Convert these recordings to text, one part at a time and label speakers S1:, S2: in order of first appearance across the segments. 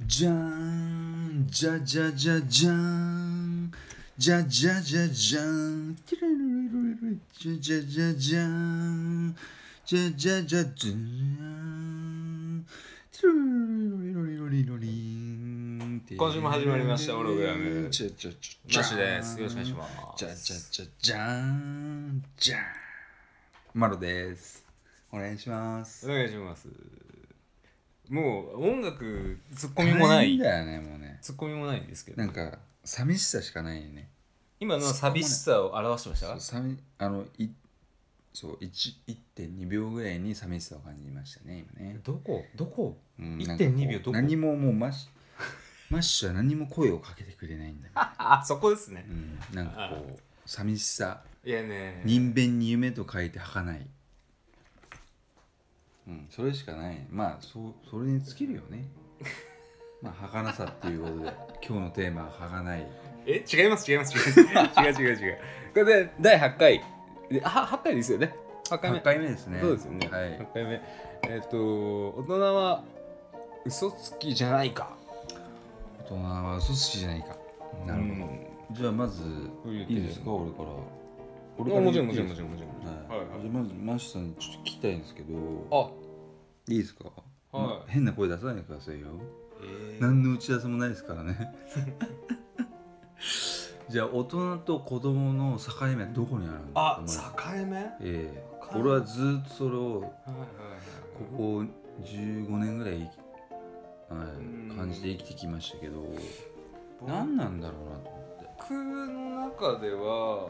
S1: じゃーん、じゃじゃじゃじゃーん、じゃじゃじゃじゃーん、ティレレレレレじゃじゃじゃじゃーん、じゃじゃじゃじゃーん、ティレレレレレレレレレ
S2: 今週も始まりましたオログラム
S1: じゃじゃじゃじゃー
S2: マ
S1: ん
S2: シです。よろしくお願いします。
S1: じゃじゃじゃじゃーん、じゃーん。マロです。お願いします
S2: お。願いします。もう音楽ツッコミもな
S1: 大変
S2: い。
S1: だよね、もうね。
S2: ツッコミもないんですけど
S1: な。んか、寂しさしかないよね。
S2: 今のは寂しさを表してまし
S1: そ
S2: た
S1: う。寂あのいそう1 1.2秒ぐらいに寂しさを感じましたね今ね、
S2: どこどこ
S1: うんなんかこう
S2: ?1.2 秒どこ
S1: 何ももうマッシュ マッシュは何も声をかけてくれないんだよ、
S2: あそこですね
S1: う。ん、なんかこう寂しさ
S2: いやね。
S1: 人弁に夢と書いて儚いうんそれしかないまあそうそれに尽きるよ ねまあ儚さっていうことで今日のテーマは儚い
S2: え違います違います違い ます。違う違う違う。これで第8回。であ8回ですよね。8回目
S1: 8。回目ですね
S2: そうですよね。
S1: はい
S2: 8回目。えっと大人は嘘つきじゃないか。
S1: 大人は嘘つきじゃないかなるほど、じゃあまず
S2: 言って
S1: い
S2: る
S1: いですか俺から
S2: ど。
S1: から
S2: もちろんもち
S1: 言
S2: ろ
S1: っ
S2: ん
S1: て
S2: も
S1: いい
S2: ちろんもちろん。
S1: ですか
S2: ろん
S1: はい
S2: はいはい
S1: じゃあまずマッシュさんにちょっと聞きたいんですけど
S2: あ
S1: いいですか、
S2: は
S1: 変な声出さないでくださいよ
S2: えー
S1: 何の打ち合わせもないですから ねじゃあ大人と子供の境目はどこにあるんですか
S2: あ
S1: まず
S2: 境目はいはい
S1: ええ
S2: 境目
S1: 俺はずっとそれを
S2: はい
S1: ここ15年ぐらい、はい、
S2: ん
S1: 感じて生きてきましたけど何なんだろうなと思って
S2: 僕の中では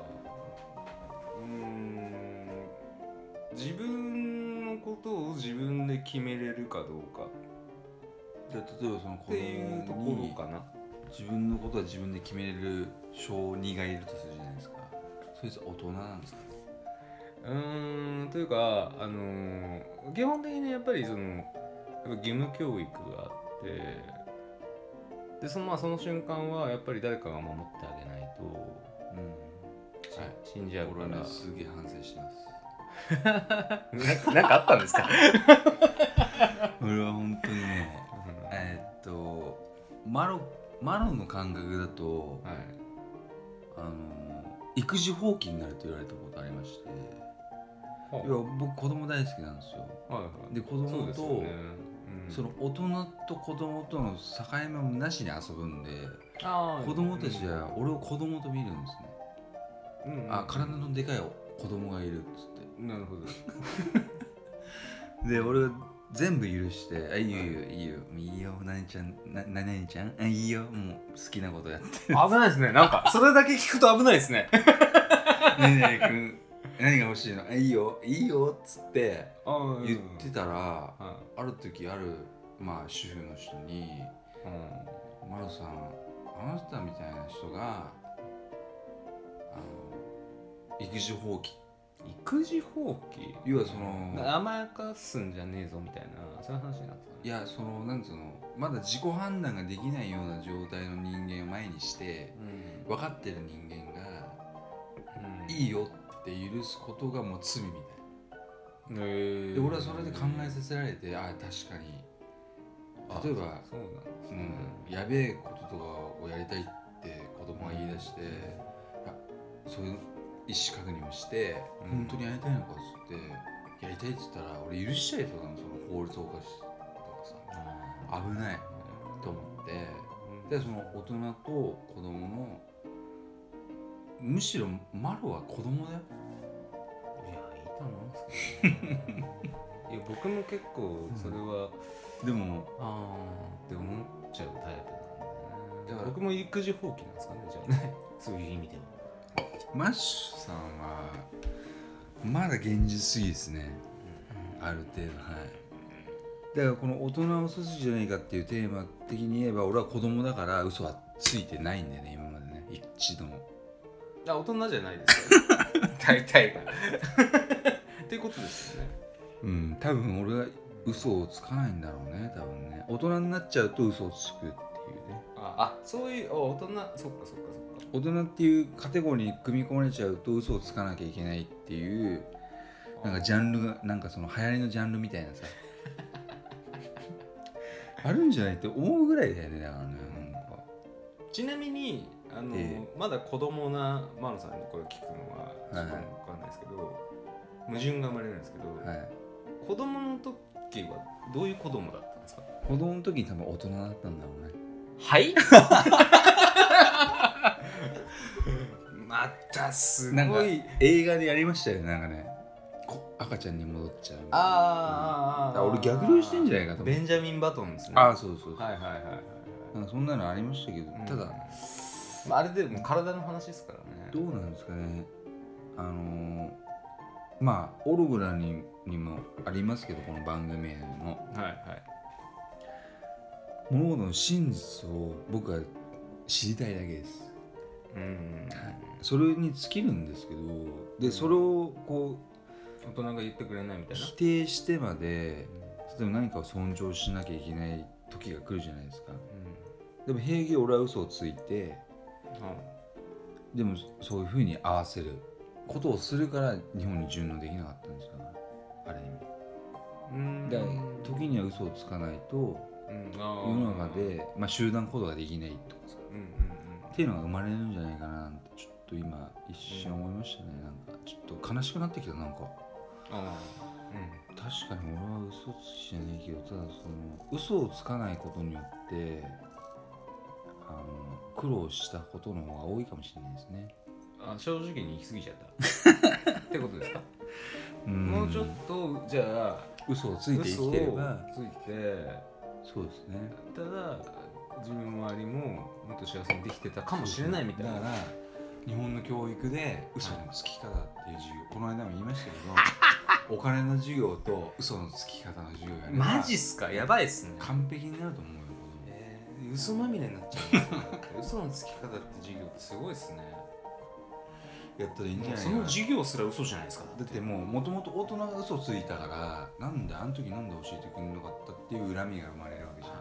S2: うーん自分のことを自分で決めれるかどうか
S1: じゃあ例えばその
S2: っ
S1: 子
S2: ていうとこ
S1: 供に
S2: ろかな
S1: 自分のことは自分で決めれる小2がいるとするじゃないですかそいつは大人なんですか
S2: うーんというかあのー基本的にやっぱりそのやっぱ義務教育があってでそのまあその瞬間はやっぱり誰かが守ってあげないと
S1: うん
S2: し
S1: はい
S2: 死んじゃうか
S1: 俺は
S2: ら
S1: ねすげえ反省してます
S2: な なんかあったんですか
S1: 俺は本当にねえーっとマロマロの感覚だと、
S2: はい、
S1: あの育児放棄になると言われたことありましていや僕子供大好きなんですよ
S2: はいは
S1: で子
S2: い、そう
S1: 供
S2: です
S1: と
S2: よ
S1: そ,、
S2: ねうん
S1: の大人と子供との境目もなしに遊ぶんで
S2: あー
S1: 子供たちは俺を子供と見るんですね
S2: うんうん
S1: あ体のでかい子供がいるっつっ
S2: なるほど
S1: てで俺が全部許して「あいいよいいよいいよいいよ何々ちゃんな何々ちゃんあいいよもう好きなことやって
S2: 危ないですねなん かそれだけ聞くと危ないですね
S1: 何々君何が欲しいのあいいよいいよ」っつって言ってたら
S2: た、は
S1: ある時あるまあ主婦の人に
S2: いうん
S1: 「マロさんあなたみたいな人があの育児放棄
S2: 育児放棄
S1: 要はその
S2: 甘やかすんじゃねえぞみたいなそういう話なんですか
S1: いやそのなんつうのまだ自己判断ができないような状態の人間を前にして分かってる人間が
S2: うん、
S1: いいよって許すことがもう罪みたい
S2: へ
S1: な
S2: ー
S1: で俺はそれで考えさせられてああ確かに
S2: あ
S1: 例えば
S2: そうなんです
S1: う
S2: ね
S1: ん、やべえこととかをやりたいって子供が言い出して、あそういう意思確認をして、
S2: うん
S1: 本当にやりたいのかっつってやりたいって言ったら俺許しちゃいそうなのその法律を犯しとか
S2: あ
S1: さ危ない
S2: ー
S1: と思って。
S2: うん
S1: でその大人と子供のむしろマロは子供だよ
S2: いやいいと思うんですけど ねいや僕も結構それは、
S1: でも
S2: あーって思っちゃうタイプなん
S1: だ
S2: で、ね
S1: から、
S2: 僕も育児放棄なんですかねじゃあ ねそういう意味では
S1: マッシュさんはまだ現実すぎですね、ある程度はいだからこの大人は嘘つきじゃないかっていうテーマ的に言えば俺は子供だから嘘はついてないんだよね今までね一度も
S2: あ大人じゃないですよ 大体が っていうことですよね
S1: うん多分俺は嘘をつかないんだろうね多分ね大人になっちゃうと嘘をつくっていうね
S2: ああそういうあ大人そっかそっかそっか
S1: 大人っていうカテゴリーに組み込まれちゃうと嘘をつかなきゃいけないっていう なんかジャンルがなんかその流行りのジャンルみたいなさあるんじゃないって思うぐらいだよねだからねなんか
S2: ちなみにあの、
S1: え
S2: まだ子供なマロさんにこれを聞くのはちょっと分かんないですけど、矛盾が生まれるんですけど、
S1: はい
S2: 子供の時はどういう子供だったんですか
S1: 子供の時に多分大人だったんだろうね
S2: はいまたす
S1: なんか
S2: ごい
S1: 映画でやりましたよねなんかねこ赤ちゃんに戻っちゃうみたいな
S2: あーあーあーあ
S1: 俺逆流してんじゃないかと思
S2: ベ
S1: う
S2: ンジャミン・バトンですね
S1: ああそうそうそう、
S2: はいはいはいはい
S1: なんかそんなのありましたけど、
S2: うん
S1: ただ
S2: まああれでも体の話ですからね
S1: どうなんですかねあのーまあオルグラににもありますけどこの番組でも
S2: はいはい
S1: 物事の真実を僕は知りたいだけです
S2: うん
S1: それに尽きるんですけどでそれをこ
S2: 大人が言ってくれないみ
S1: う
S2: たいな
S1: 否定してまで例えば何かを尊重しなきゃいけない時が来るじゃないですかでも平気で俺は嘘をついて
S2: うんうん
S1: でもそういうふうに合わせることをするから日本に順応できなかったんですよねある意味
S2: うん
S1: だから時には嘘をつかないと
S2: うん
S1: 世
S2: あー
S1: の中で、まあ、集団行動ができないとかさ
S2: うんうん
S1: っていうのが生まれるんじゃないかなってちょっと今一瞬思いましたねなんかちょっと悲しくなってきたなんか
S2: うんあーうん
S1: 確かに俺は嘘つきじゃねえけどただその嘘をつかないことによってあの苦労したことの方が多いかもしれないですね
S2: あ正直に行き過ぎちゃった ってことですか、
S1: うん
S2: もうちょっとじゃあ
S1: 嘘をついて生
S2: 嘘を
S1: きてれば
S2: ついて
S1: そうですね
S2: ただ自分の周りももっと幸せにできてたかもしれないみたいな、
S1: だから日本の教育で嘘のつき方っていう授業この間も言いましたけどお金の授業と嘘のつき方の授業やれば
S2: マジっすかやばいっすね、
S1: 完璧になると思うよ子
S2: えー、嘘まみれになっちゃうんですよ嘘のつき方って授業ってすごいっすね
S1: 供やったらいいんじゃない
S2: そ
S1: かな
S2: の授業すら嘘じゃないですか
S1: だってもうもともと大人が嘘ついたからなんであの時なんで教えてくれなかったっていう恨みが生まれるわけじゃん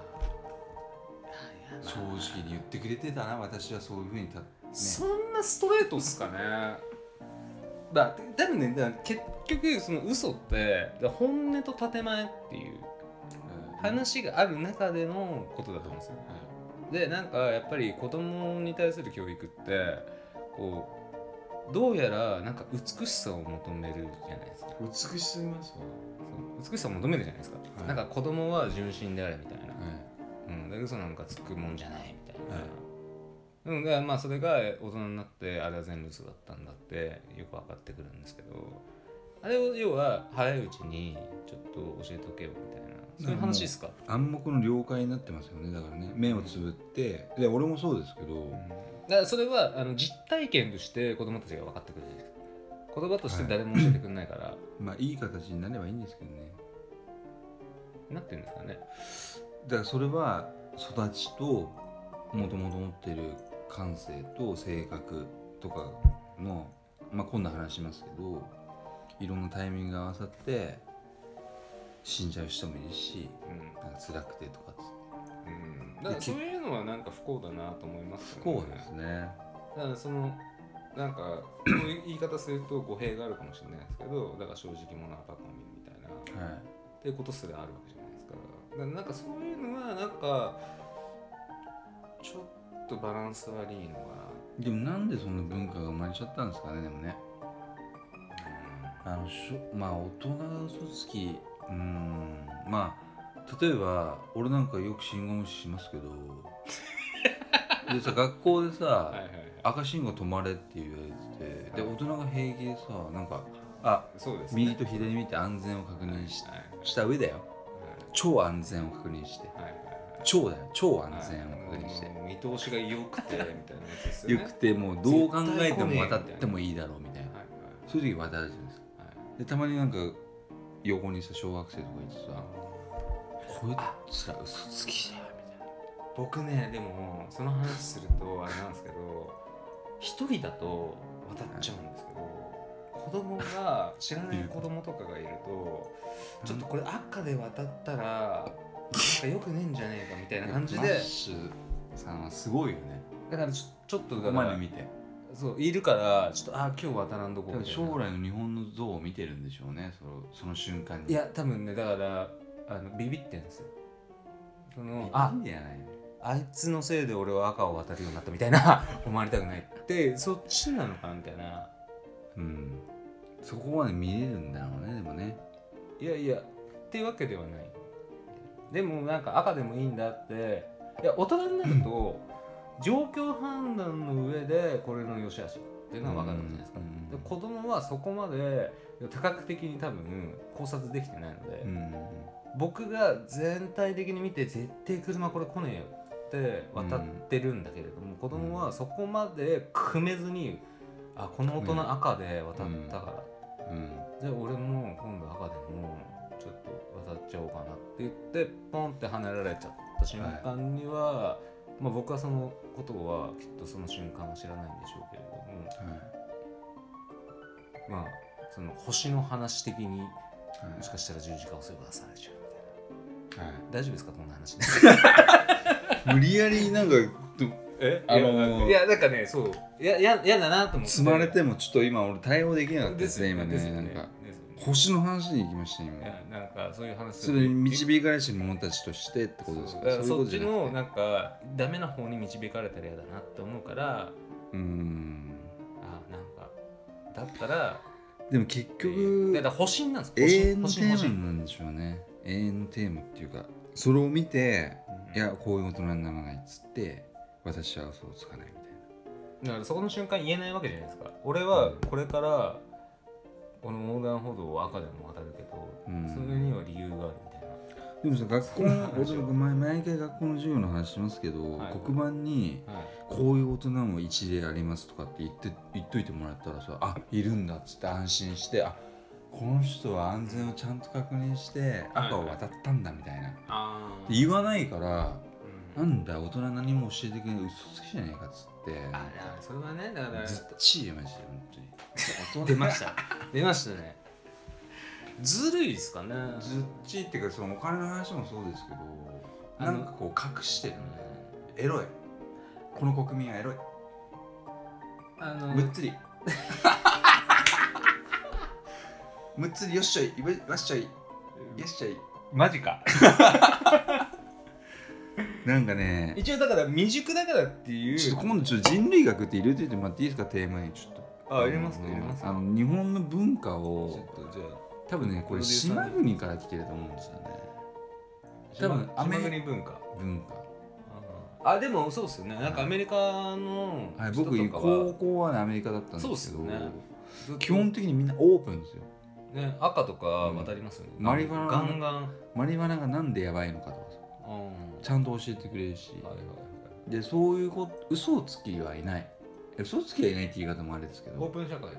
S1: 正直に言ってくれてたな私はそういうふうにたね
S2: そんなストレートっすかねだって多分ねだから結局その嘘ってだから本音と建前っていう話がある中でのことだと思うんですよ、でなんかやっぱり子供に対する教育ってこうどうやらなんか美しさを求めるじゃないですか
S1: 美しすぎますわ
S2: そう美しさを求めるじゃないですか、
S1: い
S2: なんか子供は純真であるみたい
S1: は
S2: な、
S1: い
S2: うん、だ嘘なんかつくもんじゃないみたいな、
S1: はい
S2: うん、だからまあそれが大人になってあれは全部嘘だったんだってよく分かってくるんですけどあれを要は早いうちにちょっと教えておけよみたいなそういう話ですか、
S1: 暗黙の了解になってますよねだからね目をつぶってで俺もそうですけど、
S2: だからそれはあの実体験として子供たちが分かってくるじゃないですか言葉として誰も教えてくれないから、
S1: まあいい形になればいいんですけどね
S2: なんていうんですかね
S1: だからそれは育ちともともと持ってる感性と性格とかのまあ今度話しますけどいろんなタイミングが合わさって死んじゃう人もいるし
S2: うん
S1: なんか辛くてとかっつって
S2: うん、だからそういうのはなんか不幸だなと思います
S1: 不
S2: よ
S1: 幸ですね
S2: だからそのなんかこういう言い方すると語弊があるかもしれないですけどだから正直者はバカみみたいなっ
S1: は
S2: ていうことすらあるわけじゃないですかだからなんかそういうのはなんかちょっとバランス悪いのが
S1: いでもなんでそんな文化が生まれちゃったんですかねでもねあのしょまあ大人が嘘つきうーんまあ例えば俺なんかよく信号無視しますけ どでさ学校でさ、
S2: はいはいはい
S1: 赤信号止まれって言われててで大人が平気でさなんかあ
S2: そうですね
S1: 右と左見て安全を確認し
S2: はいはい
S1: した上だよ超安全を確認して
S2: はいはい
S1: 超だよ超
S2: はいはい
S1: 安全を確認して、
S2: もう見通しが良くてみたいなやつですよ
S1: よ
S2: ね
S1: くてもうどう考えて
S2: 絶対来ねえみ
S1: も
S2: たいな
S1: 渡ってもいいだろうみたいな
S2: はい
S1: そういう時渡るじゃないですか
S2: はい
S1: でたまになんか横にさ小学生とかいてさこいつら嘘つきだよみたいな
S2: 僕ねでもその話するとあれなんですけど一人だと渡っちゃうんですけど、子供が知らない子供とかがいるとちょっとこれ赤で渡ったらなんかよくねえんじゃねえかみたいな感じ
S1: マッ
S2: で
S1: シュさんはすごいよね
S2: だからちょちょっ
S1: こ
S2: とだ
S1: こ
S2: か
S1: まで
S2: ら
S1: 見て
S2: そういるからちょっとあ今日渡らんどこ
S1: 多分
S2: みたいな
S1: 将来の日本の像を見てるんでしょうねそのその瞬間に
S2: いや多分ねだからあのビビってんですよその
S3: あ
S2: いいんじゃないあいつのせいで俺は赤を渡るようになったみたいな 思われたくないってそっちなのかなみたいな
S1: うんそこまで見れるんだろうねでもね
S2: いやいやっていうわけではないでもなんか赤でもいいんだっていや大人になると状況判断の上でこれの良し悪しっていうのは分かるわけじゃないですか、
S1: うんうん
S2: で子供はそこまで多角的に多分考察できてないので、
S1: うん
S2: 僕が全体的に見て絶対車これ来ねえよって渡ってるんだけれども、子供はそこまで組めずにあこの大人赤で渡ったから、
S1: うん
S2: じゃあ俺も今度赤でもちょっと渡っちゃおうかなって言ってポンって離れられちゃった瞬間には、まあ、僕はそのことはきっとその瞬間は知らないんでしょうけれども
S1: は
S2: まあその星の話的にも
S1: いはい
S2: しかしたら十字架をすぐ出されちゃうみたい
S1: はい
S2: な大丈夫ですかこんな話で
S1: 無理やりなんかと
S2: え
S1: あのー
S2: いやなんかねそういやややだなと思って
S1: 積まれてもちょっと今俺対応できなかった
S2: で
S1: ですす
S2: よ
S1: ね今ね
S2: ですよ
S1: なん
S2: で
S1: か
S2: すよね
S1: 星の話に行きました
S2: い
S1: 今
S2: やなんかそういう話
S1: それに導かれし者たちとしてってことです
S2: そ
S1: か
S2: うだから
S1: そういうこ
S2: そっ
S1: とじ
S2: ち
S1: ゃな
S2: の
S1: くて
S2: なんかダメな方に導かれたら嫌だなって思うから
S1: うん
S2: あなんかだったら
S1: でも結
S2: えーだ
S1: 局
S2: から保身なんです
S1: 永遠のテ
S2: 保身保身
S1: ーマなんでしょうね永遠のテーマっていうかそれを見て
S2: うん
S1: いやこういう大人にならないっつって私は嘘をつかないみたい
S2: だからそこの瞬間言えないわけじゃないですか俺はこれからこの横断歩道を赤でも渡るけど、
S1: うん
S2: それには理由があるみたいな
S1: なでもさ学校
S2: そうな
S1: の
S2: んで
S1: 俺
S2: しょう
S1: 毎毎回学校の授業の話しますけど、
S2: はい
S1: 黒板に
S2: はい
S1: こういう大人も一例ありますとかって言って言っといてもらったらさあいるんだっつって安心してあこの人は安全をちゃんと確認して赤を渡ったんだみたいな、
S2: あ
S1: で言わないから
S2: う
S1: なんんだ大人何も教えてくれない嘘つきじゃねえかっつって
S2: あいやそれはねだから
S1: ずっちいよマジで本当に
S2: 音出ました 出ましたねずるいですかね
S1: ずっちいっていうかそのお金の話もそうですけ
S2: あ
S1: ど
S2: の
S1: なんかこう隠してるんだよねエロいこの国民はエロい
S2: あ
S1: むっ
S2: の
S1: つり むっつりよっしゃいわわっしゃいよっしゃい
S2: マジか
S1: なんかね
S2: 一応だから未熟だからっていう
S1: ちょっと今度ちょっと人類学って入れといてもらっていいですかテーマにちょっと
S2: あ入れますか
S1: うん
S2: 入れます
S1: あ
S2: か
S1: の日本の文化
S2: ちょ
S1: を
S2: っとじゃあ
S1: 多分ねこれ
S2: プロデューサー
S1: 島国から来てると思うんですよね多分
S2: 島
S1: アメ
S2: 島国文化
S1: 文化
S2: あでもそうっすよねなんかアメリカの
S1: はい
S2: 人と
S1: 僕
S2: かは、
S1: 高校はねアメリカだったんですけ
S2: そ
S1: ど
S2: うっすよねずっと
S1: 基本的にみんなオープンですよ
S2: ね赤とか渡りますよね、
S1: うんマリファナ
S2: ガンガン、
S1: マリファナがなんでやばいのかとかさ
S2: うんはい
S1: ちゃんと教えてくれるし、
S2: はいはい
S1: でそういうこと嘘をつきはいない嘘をつきはいないって言い方もあれですけ
S2: オー
S1: ど
S2: プン社会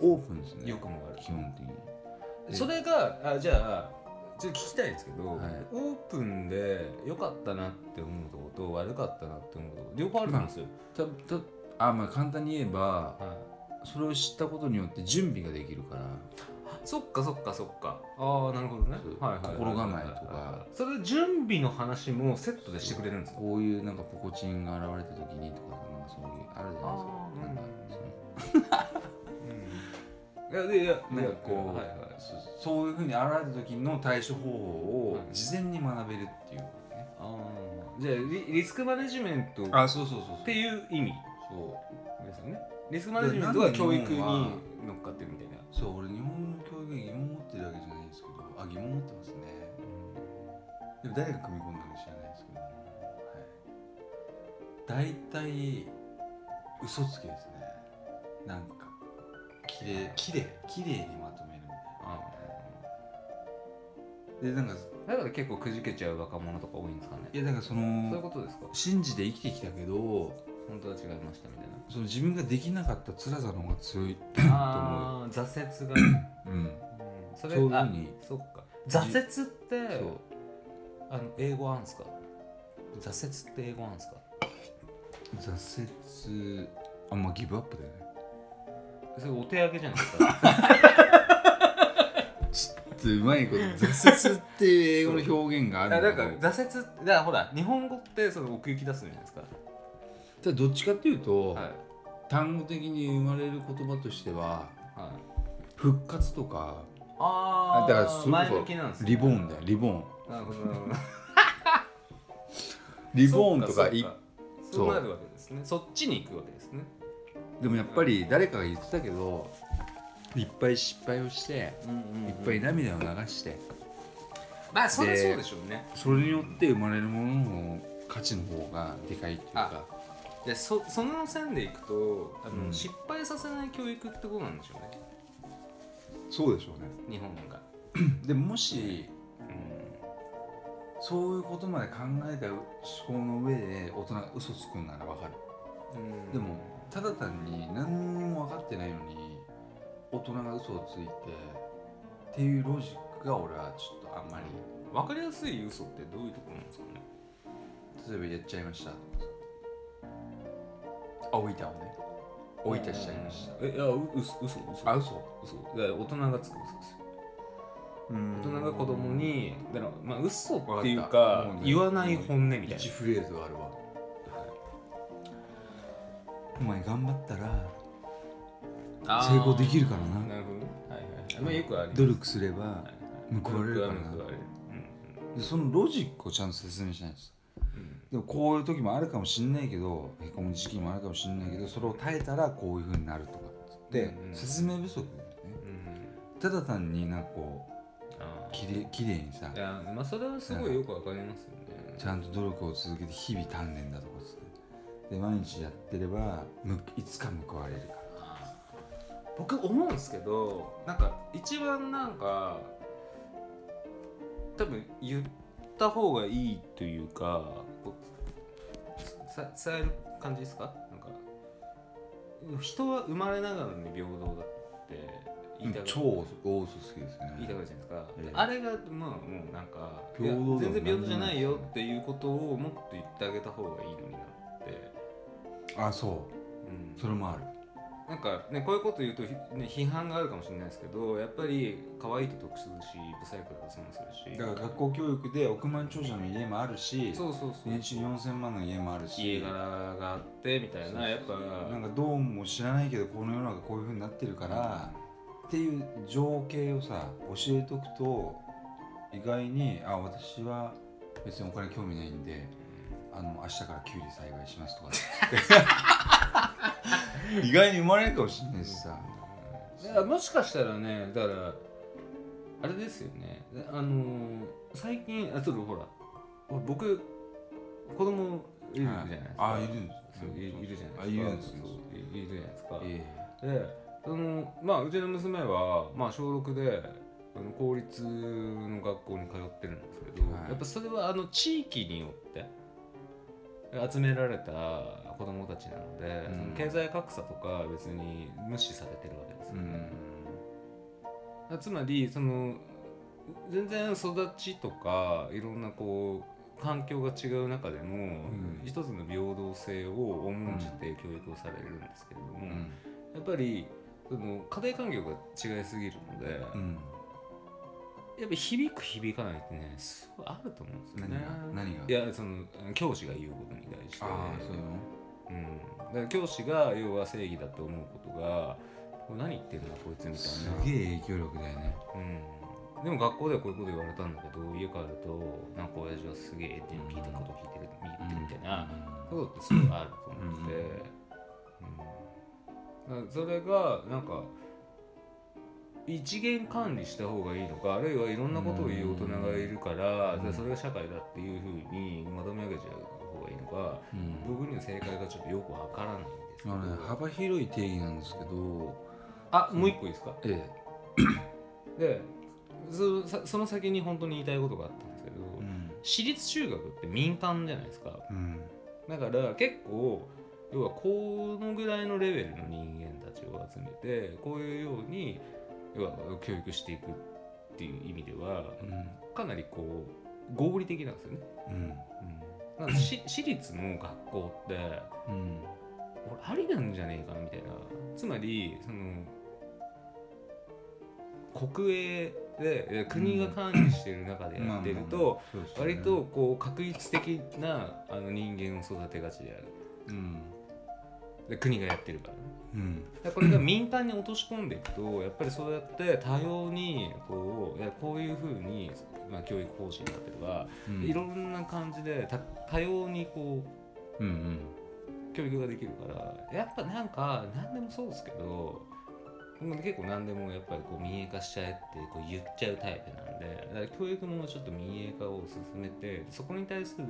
S1: オープンですね
S2: よくもある
S1: 基本的に
S2: それがあじゃあちょっと聞きたいんですけど、
S1: はい
S2: オープンで良かったなって思うとこと悪かったなって思うとこ両方あるんですよ、
S1: たたあまあ簡単に言えば
S2: はい
S1: それを知ったことによって準備ができるから
S2: そっかそっかそっかああなるほどね
S1: そう
S2: はいはいはい
S1: 心構えとか
S2: それ準備の話もセットでしてくれるんですか
S1: こういうなんかポコチンが現れた時にとかなんかそういうあるじゃないですかなんか
S2: いやでいや
S1: なんかこう
S2: はいはい
S1: そのそそういうふうに現れた時の対処方法を
S2: はい
S1: 事前に学べるっていう、ね
S2: あーじゃあリリスクマネジメントっ
S1: あそうそうそうそう
S2: ていう意味
S1: そう
S2: ですよねリスクマネジメントは教育に乗っかってるみたいな
S1: そう俺日本の教育に疑問持ってるわけじゃないですけどあ疑問持ってますねでも誰が組み込んだか知らないですけど、はい、大体嘘つきですねなんかきれいきれいきれいにまとめるみ
S2: あ
S1: たいなでなんか
S2: ーだから結構くじけちゃう若者とか多いんですかね
S1: いやだからそ
S2: そういう
S1: の
S2: ことですか
S1: 信じて生きてきたけど
S2: 本当は違いましたみたいな
S1: その自分ができなかった辛さの方が強い、
S2: ああ挫折が、うん
S1: うん、
S2: そ
S1: そう
S2: れ
S1: いうふう
S2: あ
S1: に
S2: そっか挫折って
S1: そう
S2: あの英語あんすか挫折って英語あんすか
S1: 挫折あんまあギブアップだよね
S2: それお手上げじゃないです か
S1: うまいこと 挫折っていう英語の表現があ
S2: あ
S1: る
S2: なん
S1: だ
S2: か
S1: けど
S2: 挫折ってだからほら日本語ってその奥行き出すじゃないですか
S1: ただどっちかっていうと、
S2: はい
S1: 単語的に生まれる言葉としては
S2: はい
S1: 復活とか
S2: ああ
S1: だからそれこそ
S2: 前向きなんですね
S1: リボーンだよリボーン
S2: なるほどなるほど
S1: リボーンとかい
S2: そうか
S1: そ
S2: そううなるわけですねそっちに行くわけですね
S1: でもやっぱり誰かが言ってたけどいっぱい失敗をしていっぱい涙を流して
S2: まあそりゃそうでしょうね
S1: それによって生まれるものの価値の方がでかいっていうか
S2: でそその線でいくとあの、
S1: うん
S2: 失敗させない教育ってことなんでしょうね
S1: そうでしょうね
S2: 日本が、
S1: でももし
S2: うん、
S1: そういうことまで考えた思考の上で大人が嘘つくんならわかる
S2: うん
S1: でもただ単に何にも分かってないのに大人が嘘をついてっていうロジックが俺はちょっとあんまり
S2: 分かりやすい嘘ってどういうところなんですかね
S1: 例えばやっちゃいましたとかさ青板をね置いたしちゃいました
S2: えいやう嘘嘘嘘
S1: あ嘘
S2: 嘘だから大人がつく嘘ですよ大人が子供にだからまあ嘘っていう
S1: わかった
S2: か
S1: もうね
S2: 言わない本音みたいな
S1: 1フレーズあるわお前頑張ったら
S2: あー
S1: 成功できるからな
S2: なるほどねはいはいはいまあよくあります
S1: 努力すれば
S2: はい
S1: 報われるからな
S2: 報われる
S1: でそのロジックをちゃんと説明しないんです
S2: うんうん
S1: でもこういう時もあるかもしんないけどへこむ時期もあるかもしんないけどそれを耐えたらこういう風になるとかで
S2: うん
S1: 説明不足だよね
S2: うん
S1: ただ単になんかこう
S2: あー
S1: きれきれいにさ
S2: いやまあそれはすごいよくわかりますよね
S1: ちゃんと努力を続けて日々鍛錬だとかつってで毎日やってればむいつか報われるから
S2: 僕思うんですけどなんか一番なんか多分言った方がいいというかこうさ伝える感じですかなんか人は生まれながらに平等だって言いたがる
S1: 超大嘘好きですね
S2: 言いたがるじゃないですか、
S1: ええ
S2: あれがまあもうなんか
S1: 平等でも
S2: いや全然平等じゃないよ
S1: なん
S2: っていうことをもっと言ってあげた方がいいのになって、
S1: あそう
S2: うん、
S1: それもある
S2: なんかねこういうこと言うと、ひね、批判があるかもしれないですけどやっぱり可愛いと得するし不細工だと損するし
S1: だから学校教育で億万長者の家もあるし
S2: そうそうそう
S1: 年収4000万の家もあるし
S2: 家柄があってみたいなやっぱ
S1: なんかどうも知らないけどこの世の中こういう風になってるから、っていう情景をさ教えとくと意外にあ私は別にお金興味ないんであの明日からキュウリ栽培しますとか って意外に生まれるかもしれないしさ、
S2: いやもしかしたらねだからあれですよねあのー最近あちょっとほらほら僕子供いるじゃないですか、
S1: はいあいるんです
S2: そういいるじゃないですか
S1: あいるんですね
S2: そういいるじゃないですか、
S1: え
S2: でそのまあうちの娘は、まあ、小6であの公立の学校に通ってるんですけど、
S1: はい
S2: やっぱそれはあの地域によって集められた子供たちなので、
S1: うん
S2: その経済格差とか別に無視されてるわけです
S1: え
S2: よ
S1: う
S2: ね、
S1: ん
S2: つまりその全然育ちとかいろんなこう環境が違う中でも、
S1: ん
S2: 一つの平等性を重んじて教育をされるんですけれども、
S1: うん
S2: やっぱりその家庭環境が違いすぎるので、
S1: うん
S2: やっぱ響く響かないってねすごいあると思うんですよ
S1: 何
S2: ね
S1: が何が
S2: いやその教師が言うことに対して
S1: ああそういうの
S2: うん、だから教師が要は正義だと思うことがこれ何言ってんだこいつみた
S1: す
S2: いな
S1: げえ影響力だよね
S2: うん、でも学校ではこういうこと言われたんだけど家帰るとなんか親父はすげえっていうの聞いたこと聞いてる言ってるみたいな、そうってすごいあると思ってて、うんだからそれがなんか一元管理した方がいいのかあるいはいろんなことを言う大人がいるから、
S1: うん
S2: じゃあそれが社会だっていうふうにまとめ上げちゃう方がいいのか
S1: うん、うん
S2: 僕には正解がちょっとよくわからないんですけ
S1: あ
S2: ど
S1: のね幅広い定義なんですけど、
S2: あもう一個いいですか
S1: え
S2: でそさその先に本当に言いたいことがあったんですけど、
S1: えうん
S2: 私立中学って民間じゃないですか
S1: うん、
S2: だから結構要はこのぐらいのレベルの人間たちを集めてこういうように要は教育していくっていう意味では
S1: うん
S2: かなりこう合理的なんですよね。
S1: うん
S2: うん、なんかし私立の学校って
S1: うん
S2: 俺ありなんじゃねえかなみたいなつまりその国営でいや国が管理してる中でやってると、
S1: まあまあまあそうですね
S2: 割とこう確率的なあの人間を育てがちである
S1: うん
S2: で国がやってるからね
S1: うん
S2: でこれが民間に落とし込んでいくとやっぱりそうやって多様にこういやこういうふうにまあ、教育方針だったりとか、
S1: うん
S2: いろんな感じでた多様にこう
S1: うんうん
S2: 教育ができるからやっぱなんか何でもそうですけど僕結構何でもやっぱりこう民営化しちゃえってこう言っちゃうタイプなんでだから教育もちょっと民営化を進めてそこに対する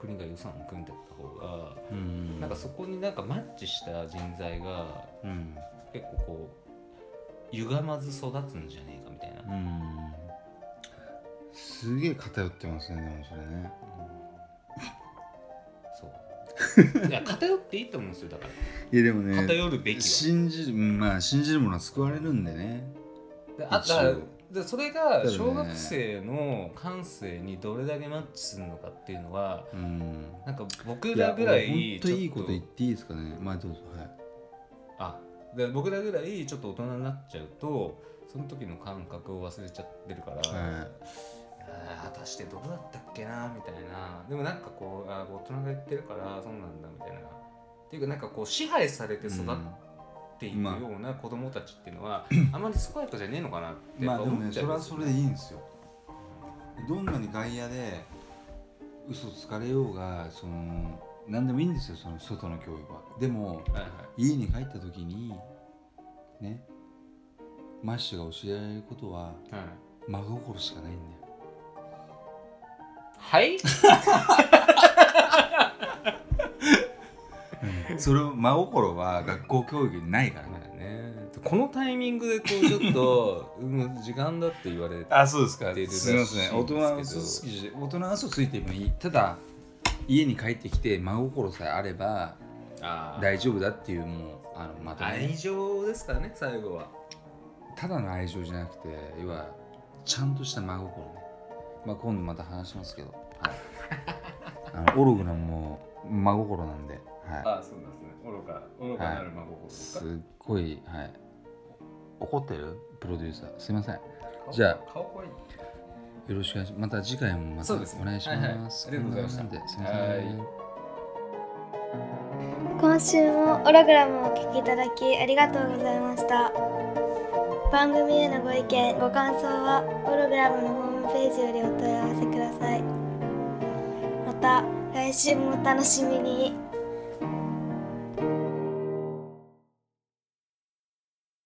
S2: 国が予算を組んでった方が、
S1: うん
S2: なんかそこになんかマッチした人材が
S1: うん
S2: 結構こう歪まず育つんじゃねえかみたいな、
S1: うんすげえ偏ってますねでもそれね
S2: そういや偏っていいと思うんですよだか
S1: いやでも
S2: ら
S1: ね
S2: 偏るべきは
S1: 信じるうんまあ信じるものは救われるんでね
S2: であだから
S1: 一
S2: でそれが
S1: だよね
S2: 小学生の感性にどれだけマッチするのかっていうのは
S1: うん
S2: なんか僕らぐらい
S1: いや俺ほんといい
S2: ちょ
S1: こ
S2: っ
S1: と言っていいですかねまあどうぞはい
S2: あで僕らぐらいちょっと大人になっちゃうとその時の感覚を忘れちゃってるから、
S1: はい
S2: あー果たしてどうだったっけなみたいなでもなんかこうあー大人が言ってるからそうなんだみたいなっていうかなんかこう支配されて育っっていうような子供たちっていう のは、あまり健やかじゃねえのかなって
S1: まあでも
S2: 思っ
S1: ねそ
S2: ちゃ
S1: れ
S2: う、
S1: はそれでいいんですよどんなに外野で嘘つかれようがその何でもいいんですよその外の教育はでも
S2: はいはい
S1: 家に帰った時にねマッシュが教えられることは
S2: はい
S1: 真心しかないんだよ
S2: はい、
S1: それを真心は学校教育にないからね
S2: ね、このタイミングでこうちょっと、 うん、時間だって言われて
S1: あそうです
S2: か
S1: すみません大人は嘘つきじゃ大人は嘘ついてもいいただ家に帰ってきて真心さえあれば
S2: あ
S1: 大丈夫だっていうもうあのまとめ
S2: 愛情ですからね最後は
S1: ただの愛情じゃなくて要はちゃんとした真心ね、まあ、今度また話しますけど、 はい、あのオログラムも真心なんで、は
S2: あそうなんですね愚か愚かなる孫
S1: い、
S2: です
S1: っ
S2: か、
S1: ごい、はい、怒ってるプロデューサーすいませんよじゃあ
S2: 顔怖い
S1: ろしくお願いしますまた次回もまた
S2: そ
S1: お
S2: うですね
S1: 願いします、
S2: はいはいありがとうございまし
S1: こんな感じな
S2: た
S1: んですいま
S2: は
S1: せ
S2: い
S1: ん
S3: 今週もオログラムをお聴きいただきありがとうございました番組へのご意見ご感想はオログラムのホームページよりお問い合わせくださいまた来週もお楽しみに